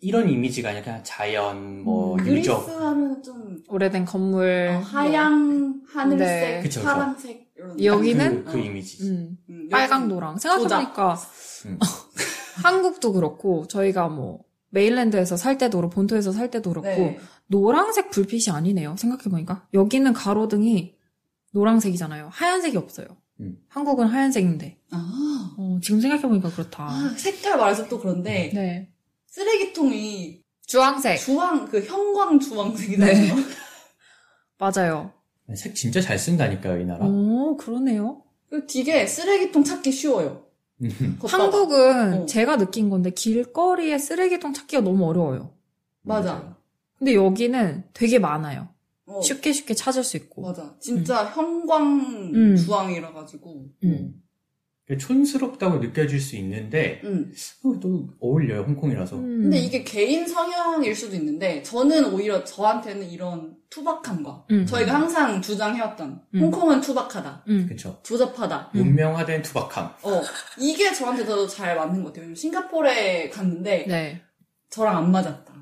이런 이미지가 아니라 그냥 자연 뭐 음, 그리스 유적 하면 좀 오래된 어, 건물. 뭐, 하양, 하늘색, 네. 그쵸, 그쵸. 파란색 이런 여기는? 그, 어. 그 이미지 음. 음, 빨강 여기- 노랑 생각해보니까 음. 한국도 그렇고 저희가 뭐 메인랜드에서 살 때도 그렇고 본토에서 살 때도 그렇고 네. 노란색 불빛이 아니네요 생각해보니까 여기는 가로등이 노란색이잖아요 하얀색이 없어요 음. 한국은 하얀색인데 아, 어, 지금 생각해보니까 그렇다 아, 색깔 말해서 또 그런데 네 쓰레기통이 주황색 주황 그 형광 네. 주황색이잖아요. 맞아요 음. 색 진짜 잘 쓴다니까요 이 나라 오 그러네요 그 되게 쓰레기통 찾기 쉬워요. 걷다가. 한국은 어. 제가 느낀 건데 길거리에 쓰레기통 찾기가 너무 어려워요 맞아. 근데 여기는 되게 많아요 어, 쉽게 쉽게 찾을 수 있고 맞아. 진짜 형광 음. 주황이라 가지고. 음. 촌스럽다고 느껴질 수 있는데 음. 어, 또 어울려요 홍콩이라서 음. 근데 이게 개인 성향일 수도 있는데 저는 오히려 저한테는 이런 투박함과 음. 저희가 항상 주장해왔던 음. 홍콩은 투박하다, 음. 그렇죠 조잡하다. 음. 문명화된 투박함 어 이게 저한테 더 잘 맞는 것 같아요. 왜냐면 싱가포르에 갔는데 네. 저랑 안 맞았다.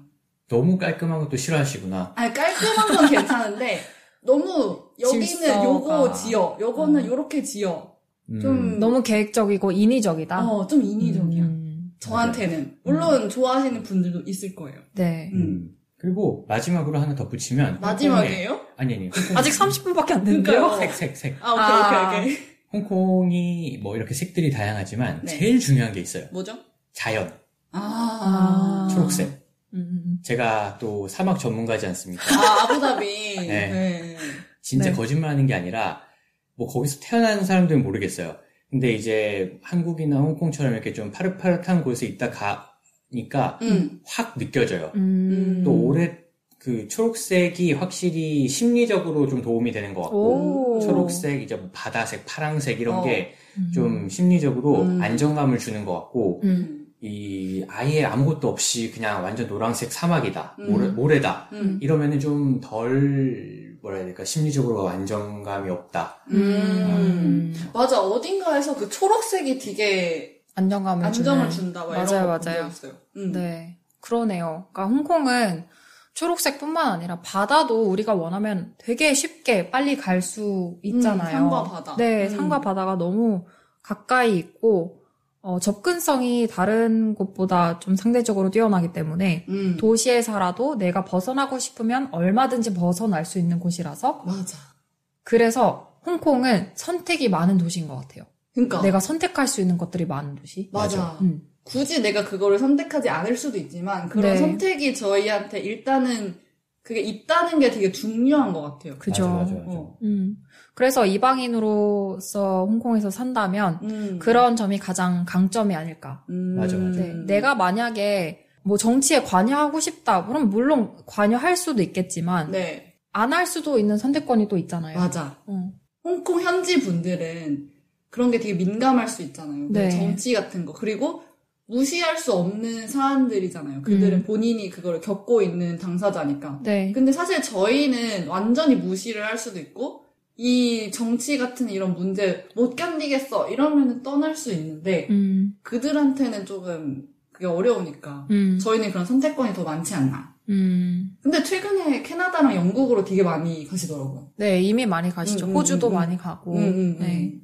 너무 깔끔한 것도 싫어하시구나 아니 깔끔한 건 괜찮은데 너무 여기는 질서가. 요거 지어, 요거는 음. 요렇게 지어. 음. 좀- 너무 계획적이고 인위적이다. 어 좀 인위적이야. 아. 음. 저한테는 물론 좋아하시는 분들도 있을 거예요. 네. 음. 그리고 마지막으로 하나 덧붙이면 네. 홍콩의- 마지막이에요? 아니 아니 아직 30분밖에 안 음. 그러니까요. 됐는데요. 색색색 아 오케이 오케이 오케이. 홍콩이 뭐 이렇게 색들이 다양하지만 네. 제일 중요한 게 있어요. 뭐죠? 자연, 아, 아. 초록색. 음. 제가 또 사막 전문가지 않습니까? 아, 아부다비. 네. 네. 진짜 네. 거짓말하는 게 아니라 뭐 거기서 태어난 사람들은 모르겠어요. 근데 이제 한국이나 홍콩처럼 이렇게 좀 파릇파릇한 곳에 있다 가니까 음. 확 느껴져요. 음. 또 올해 그 초록색이 확실히 심리적으로 좀 도움이 되는 것 같고 오. 초록색 이제 뭐 바다색, 파랑색 이런 어. 음. 게 좀 심리적으로 음. 안정감을 주는 것 같고 음. 이 아예 아무것도 없이 그냥 완전 노란색 사막이다 음. 모래, 모래다 음. 이러면은 좀 덜 뭐라 해야 될까 심리적으로 안정감이 없다 음. 맞아. 어딘가에서 그 초록색이 되게 안정감을 안정을 주는. 준다. 막 맞아요, 이런 맞아요. 있어요. 음. 네. 그러네요. 그러니까 홍콩은 초록색뿐만 아니라 바다도 우리가 원하면 되게 쉽게 빨리 갈 수 음, 있잖아요. 산과 바다. 네, 음. 산과 바다가 너무 가까이 있고 어, 접근성이 다른 곳보다 좀 상대적으로 뛰어나기 때문에 음. 도시에 살아도 내가 벗어나고 싶으면 얼마든지 벗어날 수 있는 곳이라서 맞아. 그래서 홍콩은 선택이 많은 도시인 것 같아요. 그러니까 내가 선택할 수 있는 것들이 많은 도시. 맞아. 맞아. 음. 굳이 내가 그거를 선택하지 않을 수도 있지만 그런 네. 선택이 저희한테 일단은 그게 있다는 게 되게 중요한 것 같아요. 그죠. 맞아 맞아 맞아 어. 음. 그래서 이방인으로서 홍콩에서 산다면 음. 그런 점이 가장 강점이 아닐까. 음. 맞아, 맞아. 네, 내가 만약에 뭐 정치에 관여하고 싶다. 그럼 물론 관여할 수도 있겠지만 네 안 할 수도 있는 선택권이 또 있잖아요. 맞아. 어. 홍콩 현지 분들은 그런 게 되게 민감할 수 있잖아요. 그 네. 정치 같은 거. 그리고 무시할 수 없는 사안들이잖아요. 그들은 음. 본인이 그걸 겪고 있는 당사자니까. 네. 근데 사실 저희는 완전히 무시를 할 수도 있고, 이 정치 같은 이런 문제 못 견디겠어. 이러면 떠날 수 있는데, 음. 그들한테는 조금 그게 어려우니까. 음. 저희는 그런 선택권이 더 많지 않나. 음. 근데 최근에 캐나다랑 영국으로 되게 많이 가시더라고요. 네, 이미 많이 가시죠. 음, 음, 호주도 음, 음. 많이 가고. 음, 음, 음. 네.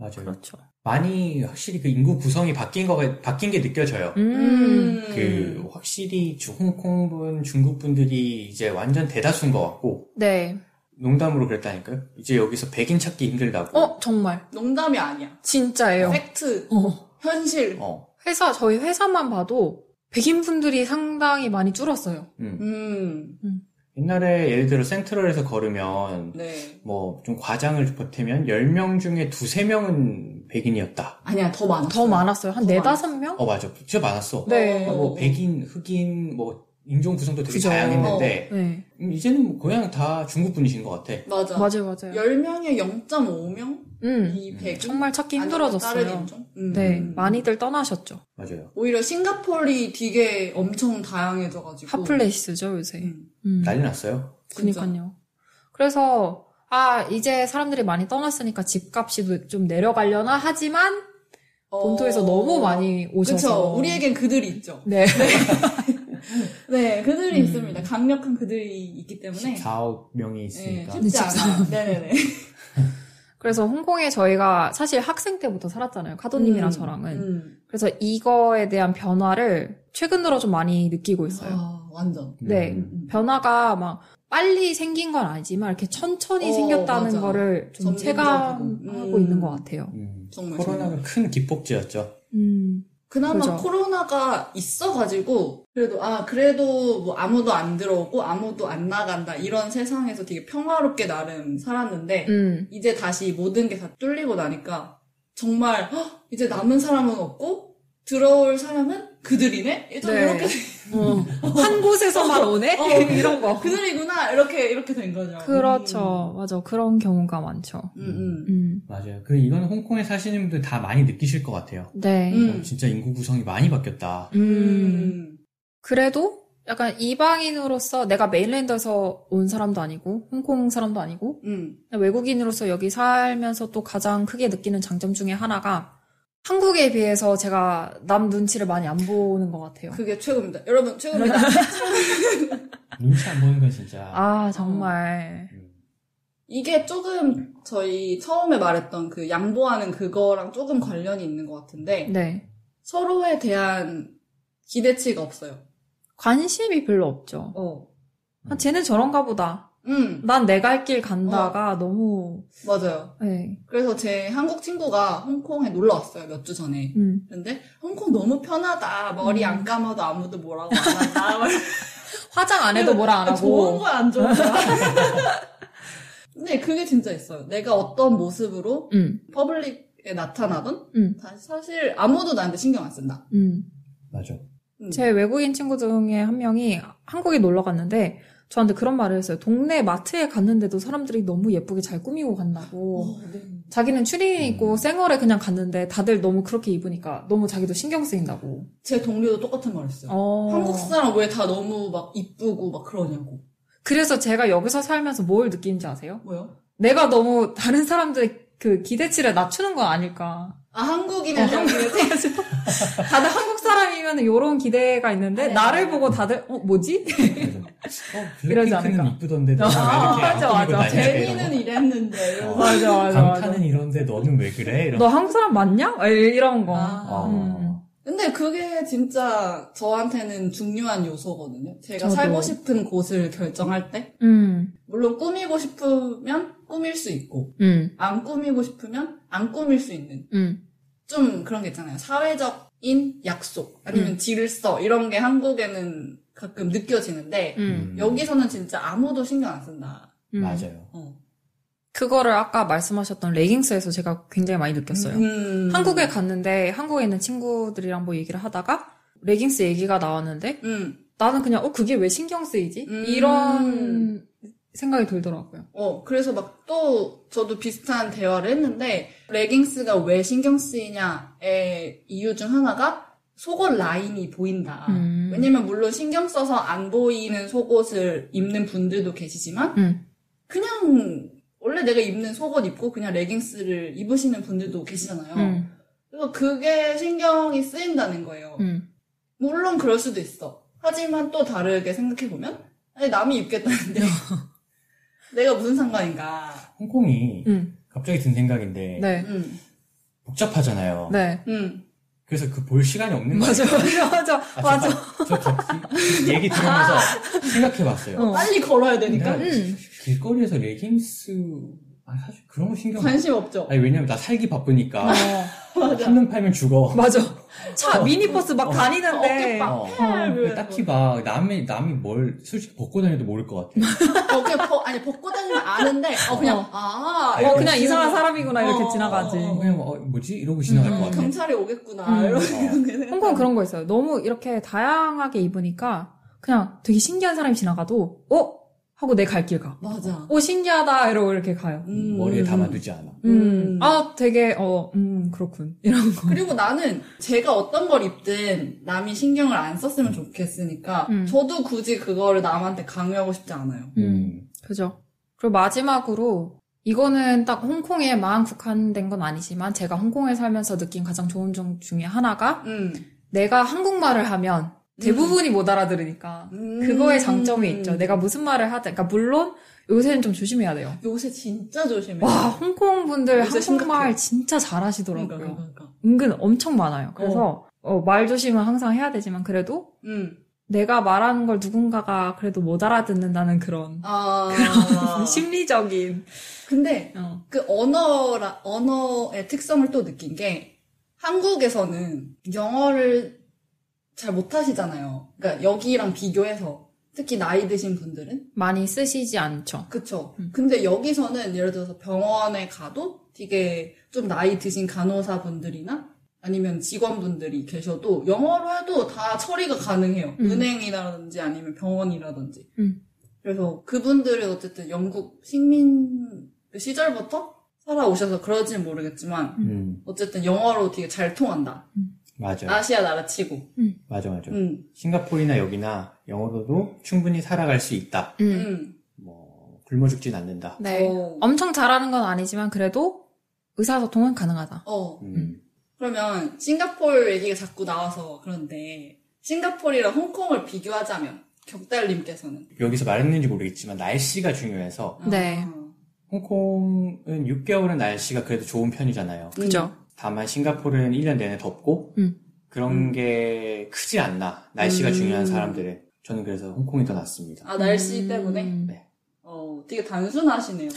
맞아요. 그렇죠. 많이 확실히 그 인구 구성이 바뀐 거 바뀐 게 느껴져요. 음. 그 확실히 주- 홍콩 분, 중국 분들이 이제 완전 대다수인 것 같고 네. 농담으로 그랬다니까요. 이제 여기서 백인 찾기 힘들다고. 어, 정말. 농담이 아니야. 진짜예요. 팩트, 어. 현실. 어, 회사, 저희 회사만 봐도 백인분들이 상당히 많이 줄었어요. 음. 음, 옛날에 예를 들어 센트럴에서 걸으면 네. 뭐 좀 과장을 보태면 10명 중에 2, 3명은 백인이었다. 아니야, 더 많아. 더 많았어요. 한 더 네 많았어요. 다섯 명 어, 맞아. 진짜 많았어. 네. 어, 뭐 백인, 흑인, 뭐 인종 구성도 되게 그죠. 다양했는데 네. 음, 이제는 뭐 그냥 다 중국 분이신 것 같아. 맞아. 맞아요, 맞아요. 10명에 0.5명? 음. 이 음. 100. 정말 찾기 다른 힘들어졌어요. 인종? 음. 네. 많이들 떠나셨죠. 맞아요. 오히려 싱가폴이 되게 엄청 다양해져가지고. 핫플레이스죠, 요새. 음, 음. 난리 났어요. 진짜. 그니까요. 그래서, 아, 이제 사람들이 많이 떠났으니까 집값이 좀 내려가려나 하지만, 어, 본토에서 너무 많이 오셔서. 그쵸. 우리에겐 그들이 있죠. 네. 네, 그들이 음. 있습니다. 강력한 그들이 있기 네. 때문에. 4억 명이 네, 있으니까. 쉽지 않아. 네네네. 그래서 홍콩에 저희가 사실 학생 때부터 살았잖아요. 카도님이랑 음, 저랑은. 음. 그래서 이거에 대한 변화를 최근 들어 좀 많이 느끼고 있어요. 아, 완전. 네. 음. 변화가 막 빨리 생긴 건 아니지만 이렇게 천천히 어, 생겼다는 맞아. 거를 좀 점진적으로. 체감하고 음. 있는 것 같아요. 음. 정말. 정말. 코로나가 큰 기폭제였죠. 음. 그나마 그죠. 코로나가 있어가지고 그래도 아 그래도 뭐 아무도 안 들어오고 아무도 안 나간다 이런 세상에서 되게 평화롭게 나름 살았는데 음. 이제 다시 모든 게 다 뚫리고 나니까 정말 "헉, 이제 남은 사람은 없고 들어올 사람은 그들이네 예전 네. 이렇게 한 곳에서만 오네? 어, 이런 거. 그들이구나 이렇게 이렇게 된 거죠. 그렇죠. 맞아. 그런 경우가 많죠. 음, 음, 음. 음. 맞아요. 그 이건 홍콩에 사시는 분들 다 많이 느끼실 것 같아요. 네. 음. 어, 진짜 인구 구성이 많이 바뀌었다. 음. 음. 그래도 약간 이방인으로서 내가 메인랜드에서 온 사람도 아니고 홍콩 사람도 아니고 음. 그냥 외국인으로서 여기 살면서 또 가장 크게 느끼는 장점 중에 하나가 한국에 비해서 제가 남 눈치를 많이 안 보는 것 같아요. 그게 최고입니다. 여러분 최고입니다. 눈치 안 보는 건 진짜. 아 정말 음. 이게 조금 저희 처음에 말했던 그 양보하는 그거랑 조금 관련이 있는 것 같은데 네 서로에 대한 기대치가 없어요. 관심이 별로 없죠. 어. 아, 쟤는 저런가 보다. 음, 난 내 갈 길 간다가 너무 맞아요. 네. 그래서 제 한국 친구가 홍콩에 놀러 왔어요, 몇 주 전에. 음. 근데 홍콩 너무 편하다. 머리 안 감아도 아무도 뭐라고 안 한다. 막 화장 안 해도 뭐라 안 좋은 하고 거야, 안 좋은 거야. 근데 그게 진짜 있어요. 내가 어떤 모습으로 음. 퍼블릭에 나타나던 음. 다- 사실 아무도 나한테 신경 안 쓴다. 음. 맞아. 음. 제 외국인 친구 중에 한 명이 한국에 놀러 갔는데 저한테 그런 말을 했어요. 동네 마트에 갔는데도 사람들이 너무 예쁘게 잘 꾸미고 간다고. 자기는 추리닝 입고 음. 생얼에 그냥 갔는데 다들 너무 그렇게 입으니까 너무 자기도 신경 쓰인다고. 제 동료도 똑같은 말 했어요. 어. 한국 사람 왜 다 너무 막 이쁘고 막 그러냐고. 그래서 제가 여기서 살면서 뭘 느끼는지 아세요? 뭐요? 내가 너무 다른 사람들의 그 기대치를 낮추는 건 아닐까. 아, 한국인은 한국인은 다들 한국 사람이면 이런 기대가 있는데 네. 나를 보고 다들 어 뭐지? 그래서, 어, 이러지 블랙핑크는 않을까. 이쁘던데 너는 왜 아, 이렇게 맞아, 안 꾸미고 맞아. 다니냐, 제니는 이런 이랬는데. 거. 이러면서. 어, 맞아 맞아. 강타는 이런데 너는 왜 그래? 이런. 너 한국 사람 맞냐? 이런 거. 아. 어. 음. 근데 그게 진짜 저한테는 중요한 요소거든요. 제가 저도. 살고 싶은 곳을 결정할 때. 음. 물론 꾸미고 싶으면 꾸밀 수 있고, 음. 안 꾸미고 싶으면 안 꾸밀 수 있는. 음. 좀 그런 게 있잖아요. 사회적인 약속, 아니면 음. 질서, 이런 게 한국에는 가끔 느껴지는데, 음. 여기서는 진짜 아무도 신경 안 쓴다. 음. 맞아요. 어. 그거를 아까 말씀하셨던 레깅스에서 제가 굉장히 많이 느꼈어요. 음. 한국에 갔는데 한국에 있는 친구들이랑 뭐 얘기를 하다가 레깅스 얘기가 나왔는데 음. 나는 그냥 어 그게 왜 신경 쓰이지? 음. 이런 생각이 들더라고요. 어, 그래서 막 또 저도 비슷한 대화를 했는데, 레깅스가 왜 신경 쓰이냐의 이유 중 하나가 속옷 라인이 보인다. 음. 왜냐면 물론 신경 써서 안 보이는 속옷을 입는 분들도 계시지만, 음. 그냥 원래 내가 입는 속옷 입고 그냥 레깅스를 입으시는 분들도 계시잖아요. 음. 그래서 그게 신경이 쓰인다는 거예요. 음. 물론 그럴 수도 있어. 하지만 또 다르게 생각해보면, 아니, 남이 입겠다는데. 내가 무슨 상관인가. 홍콩이 음. 갑자기 든 생각인데 네. 음. 복잡하잖아요. 네. 음. 그래서 그 볼 시간이 없는 거예요. 맞아, 맞아, 맞아. 아, 어. 맞아. 아. 저, 저, 갑자기 얘기 들으면서 생각해봤어요. 어. 빨리 걸어야 되니까. 네. 음. 길거리에서 레깅스, 아니, 사실 그런 거 신경 안 음, 관심 없죠. 아니, 왜냐면 나 살기 바쁘니까. 맞아. 한눈 팔면 죽어. 어. 맞아. 차, 어. 미니버스 막 어. 다니는데. 어깨빵. 어. 팔 근데 딱히 막 남이, 남이 뭘, 솔직히 벗고 다녀도 모를 것 같아. 어, 그냥 벗- 아니 벗고 다니면 아는데 어 그냥 어. 아 어, 어, 이렇게 그냥 지나가- 이상한 사람이구나, 이렇게 어, 지나가지. 어, 어, 그냥 어, 뭐지? 이러고 지나갈 음, 것 같아. 경찰이 오겠구나 음. 이런 어. 생각. 홍콩 그런 거 있어요. 너무 이렇게 다양하게 입으니까 그냥 되게 신기한 사람이 지나가도, 어? 하고 내 갈 길 가. 맞아. 어, 신기하다. 이러고 이렇게 가요. 음. 머리에 담아두지 않아. 음. 음. 아, 되게, 어, 음, 그렇군. 이런 거. 그리고 나는 제가 어떤 걸 입든 남이 신경을 안 썼으면 좋겠으니까 음. 저도 굳이 그거를 남한테 강요하고 싶지 않아요. 음. 그죠. 그리고 마지막으로, 이거는 딱 홍콩에만 국한된 건 아니지만, 제가 홍콩에 살면서 느낀 가장 좋은 점 중에 하나가, 음. 내가 한국말을 하면 대부분이 못 알아들으니까, 음. 그거의 장점이 있죠. 내가 무슨 말을 하든, 그러니까 물론, 요새는 좀 조심해야 돼요. 요새 진짜 조심해. 와, 홍콩 분들 요새 한국말 심각해요. 진짜 잘하시더라고요. 그러니까, 그러니까. 은근 엄청 많아요. 그래서, 어, 말 조심은 항상 해야 되지만, 그래도, 음. 내가 말하는 걸 누군가가 그래도 못 알아듣는다는 그런 아. 심리적인 근데 어. 그 언어라, 언어의 특성을 또 느낀 게 한국에서는 영어를 잘 못하시잖아요. 그러니까 여기랑 비교해서 특히 나이 드신 분들은 많이 쓰시지 않죠. 그쵸. 음. 근데 여기서는 예를 들어서 병원에 가도 되게 좀 나이 드신 간호사분들이나 아니면 직원분들이 계셔도 영어로 해도 다 처리가 가능해요. 음. 은행이라든지 아니면 병원이라든지. 음. 그래서 그분들은 어쨌든 영국 식민 그 시절부터 살아오셔서 그런지는 모르겠지만 음. 어쨌든 영어로 되게 잘 통한다. 맞아. 요 아시아 나라치고. 맞아, 맞아. 음, 싱가포르나 여기나 영어로도 충분히 살아갈 수 있다. 음. 음. 뭐, 굶어 죽진 않는다. 네. 어. 엄청 잘하는 건 아니지만 그래도 의사소통은 가능하다. 어. 음. 그러면 싱가포르 얘기가 자꾸 나와서 그런데 싱가포르랑 홍콩을 비교하자면 격달님께서는 여기서 말했는지 모르겠지만 날씨가 중요해서 네. 아, 홍콩은 6개월은 날씨가 그래도 좋은 편이잖아요. 그죠? 다만 싱가포르는 1년 내내 덥고 음. 그런 게 크지 않나. 날씨가 음. 중요한 사람들은. 저는 그래서 홍콩이 더 낫습니다. 아 날씨 때문에 음. 네. 어 되게 단순하시네요.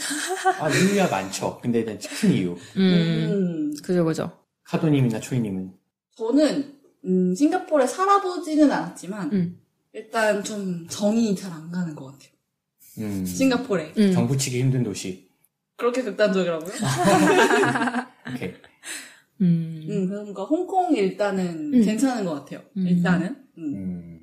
아, 이유야 많죠. 근데 일단 큰 이유. 음. 음. 그죠, 그죠. 카도님이나 초이님은. 저는 음, 싱가포르에 살아보지는 않았지만 음. 일단 좀 정이 잘 안 가는 것 같아요. 음. 싱가포르에 음. 정부치기 힘든 도시. 그렇게 극단적이라고요? 오케이. 음. 음, 그러니까 홍콩이 일단은 음. 괜찮은 것 같아요. 음. 일단은. 음. 음.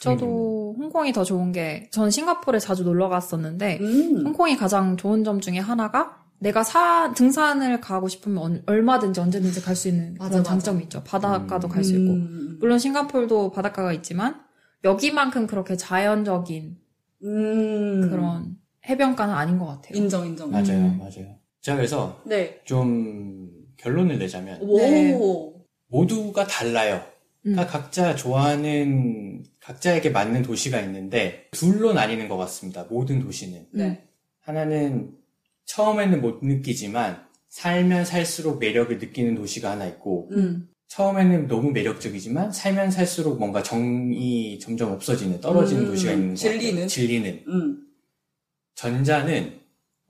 저도 홍콩이 더 좋은 게, 전 싱가포르에 자주 놀러 갔었는데, 음. 홍콩이 가장 좋은 점 중에 하나가 내가 사- 등산을 가고 싶으면 언- 얼마든지 언제든지 갈 수 있는 맞아, 그런 맞아. 장점이 있죠. 바닷가도 음. 갈 수 있고. 음. 물론 싱가폴도 바닷가가 있지만 여기만큼 그렇게 자연적인 음. 그런 해변가는 아닌 것 같아요. 인정 인정. 음. 맞아요, 맞아요. 자, 그래서 네. 좀 결론을 내자면 오. 네. 모두가 달라요. 음. 아, 그러니까 각자 좋아하는 각자에게 맞는 도시가 있는데 둘로 나뉘는 것 같습니다. 모든 도시는 네. 하나는 처음에는 못 느끼지만 살면 살수록 매력을 느끼는 도시가 하나 있고 음. 처음에는 너무 매력적이지만 살면 살수록 뭔가 정이 점점 없어지는 떨어지는 음, 도시가 있는 것 같아요. 질리는? 질리는 음. 전자는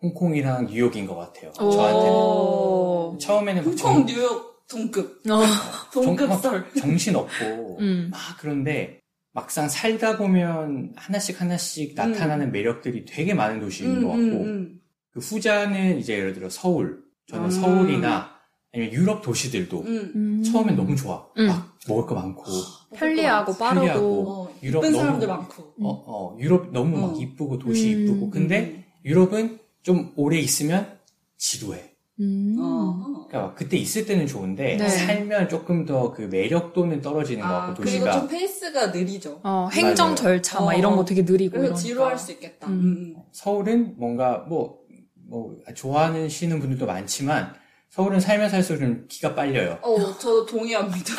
홍콩이랑 뉴욕인 것 같아요. 오. 저한테는 저한테는. 처음에는 막 홍콩 뉴욕 동급 어. 동급설. 음, 정신 없고 음. 막 그런데 막상 살다 보면 하나씩 하나씩 나타나는 매력들이 되게 많은 도시인 것 같고 음. 그 후자는 이제 예를 들어 서울 저는 음. 서울이나 아니면 유럽 도시들도 음. 음. 처음엔 너무 좋아 음. 막 먹을 거 많고 편리하고 빠르고 편리하고. 어, 유럽 예쁜 너무- 사람들 많고. 어, 어, 유럽 너무 어. 막 이쁘고 도시 음. 이쁘고 근데 유럽은 좀 오래 있으면 지루해 음. 음. 어. 그러니까 막 그때 있을 때는 좋은데 네. 살면 조금 더 그 매력도는 떨어지는 것 아, 같고 그리고 도시가 좀 페이스가 느리죠. 어, 행정 맞아요. 절차 막 어. 이런 거 되게 느리고 그래서 이러니까. 지루할 수 있겠다. 음. 음. 서울은 뭔가 뭐, 뭐, 좋아하시는 분들도 많지만, 서울은 살면 살수록 좀 기가 빨려요. 어, 저도 동의합니다.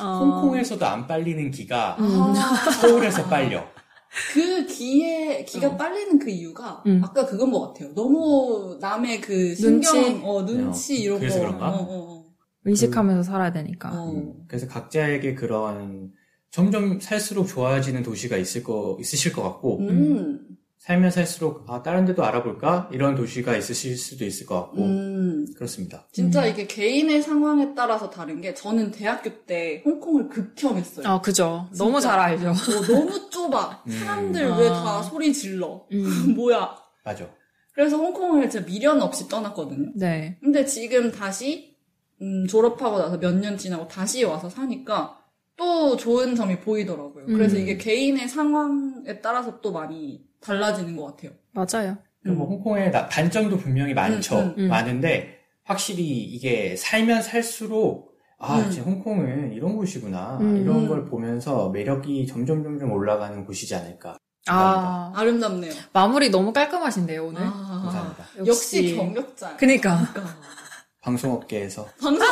어. 홍콩에서도 안 빨리는 기가 음. 아. 서울에서 빨려. 그 기에 음. 기가 빨리는 그 이유가 음. 아까 그건 것 같아요. 너무 남의 그 신경, 눈치? 어 눈치 어, 이런 그래서 거. 그런가? 어, 어, 의식하면서 살아야 되니까. 어. 음, 그래서 각자에게 그런 점점 살수록 좋아지는 도시가 있을 거 있으실 것 같고 음, 살면 살수록 아 다른 데도 알아볼까 이런 도시가 있으실 수도 있을 것 같고 음. 그렇습니다. 진짜 음. 이게 개인의 상황에 따라서 다른 게 저는 대학교 때 홍콩을 극혐했어요. 아, 그죠. 진짜. 너무 잘 알죠. 어, 너무 좁아. 음. 사람들 아. 왜 다 소리 질러? 음. 뭐야? 맞아. 그래서 홍콩을 진짜 미련 없이 떠났거든요. 네. 근데 지금 다시 음, 졸업하고 나서 몇 년 지나고 다시 와서 사니까 또 좋은 점이 보이더라고요. 그래서 음. 이게 개인의 상황에 따라서 또 많이 달라지는 것 같아요. 맞아요. 그리고 뭐 홍콩의 나- 단점도 분명히 많죠. 음, 음. 많은데 확실히 이게 살면 살수록 아, 음. 이제 홍콩은 이런 곳이구나. 음. 이런 걸 보면서 매력이 점점 점점 올라가는 곳이지 않을까. 아, 아름답네요. 마무리 너무 깔끔하신데요, 오늘. 아, 네. 감사합니다. 역시, 경력자. 그니까. 방송업계에서 방송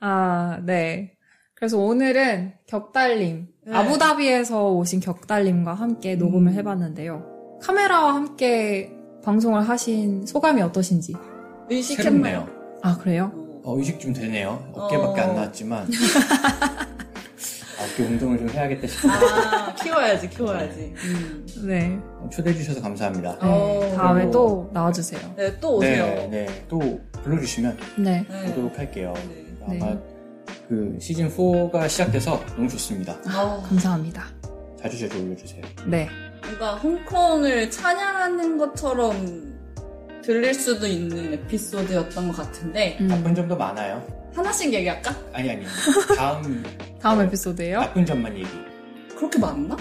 아, 네. 그래서 오늘은 격달님, 네. 아부다비에서 오신 격달님과 함께 녹음을 해봤는데요. 카메라와 함께 방송을 하신 소감이 어떠신지. 의식했나요? 새롭네요. 아, 그래요? 어. 어, 의식 좀 되네요. 어깨밖에 어. 안 나왔지만 아, 어깨 운동을 좀 해야겠다 싶어요. 아, 키워야지, 키워야지. 음. 네. 초대해 주셔서 감사합니다. 어. 네, 다음에 그리고- 또 나와주세요. 네, 또 오세요. 네, 네. 또 불러주시면 네. 네. 보도록 할게요. 네. 아마 그 시즌 4가 시작돼서 너무 좋습니다. 아, 감사합니다. 자주 자주 올려주세요. 음. 네. 뭔가 홍콩을 찬양하는 것처럼 들릴 수도 있는 에피소드였던 것 같은데 음, 나쁜 점도 많아요. 하나씩 얘기할까? 아니 아니 다음 다음 에피소드예요. 나쁜 점만 얘기. 그렇게 많나?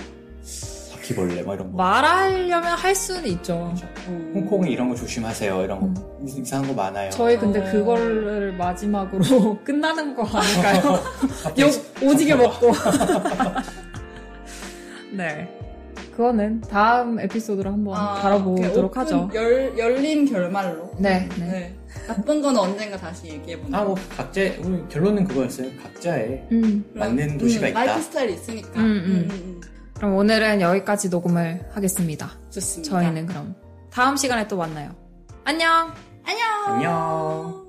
바퀴벌레 뭐 이런 거. 말하려면 할 수는 있죠. 그렇죠. 어. 홍콩은 이런 거 조심하세요. 이런 거 음. 이상한 거 많아요. 저희 근데 어. 그거를 마지막으로 끝나는 거 아닐까요? 갑자기 욕 오지게 먹고. 네. 그거는 다음 에피소드로 한번 아, 오케이, 다뤄보도록 오픈, 하죠. 열, 열린 결말로. 네, 네. 네. 나쁜 건 언젠가 다시 얘기해보는 아, 뭐 각자 우리 결론은 그거였어요. 각자의 음. 맞는 도시가 있다. 라이프 스타일이 있으니까. 음, 음. 그럼 오늘은 여기까지 녹음을 하겠습니다. 네. 좋습니다. 저희는 그럼 다음 시간에 또 만나요. 안녕! 안녕. 안녕.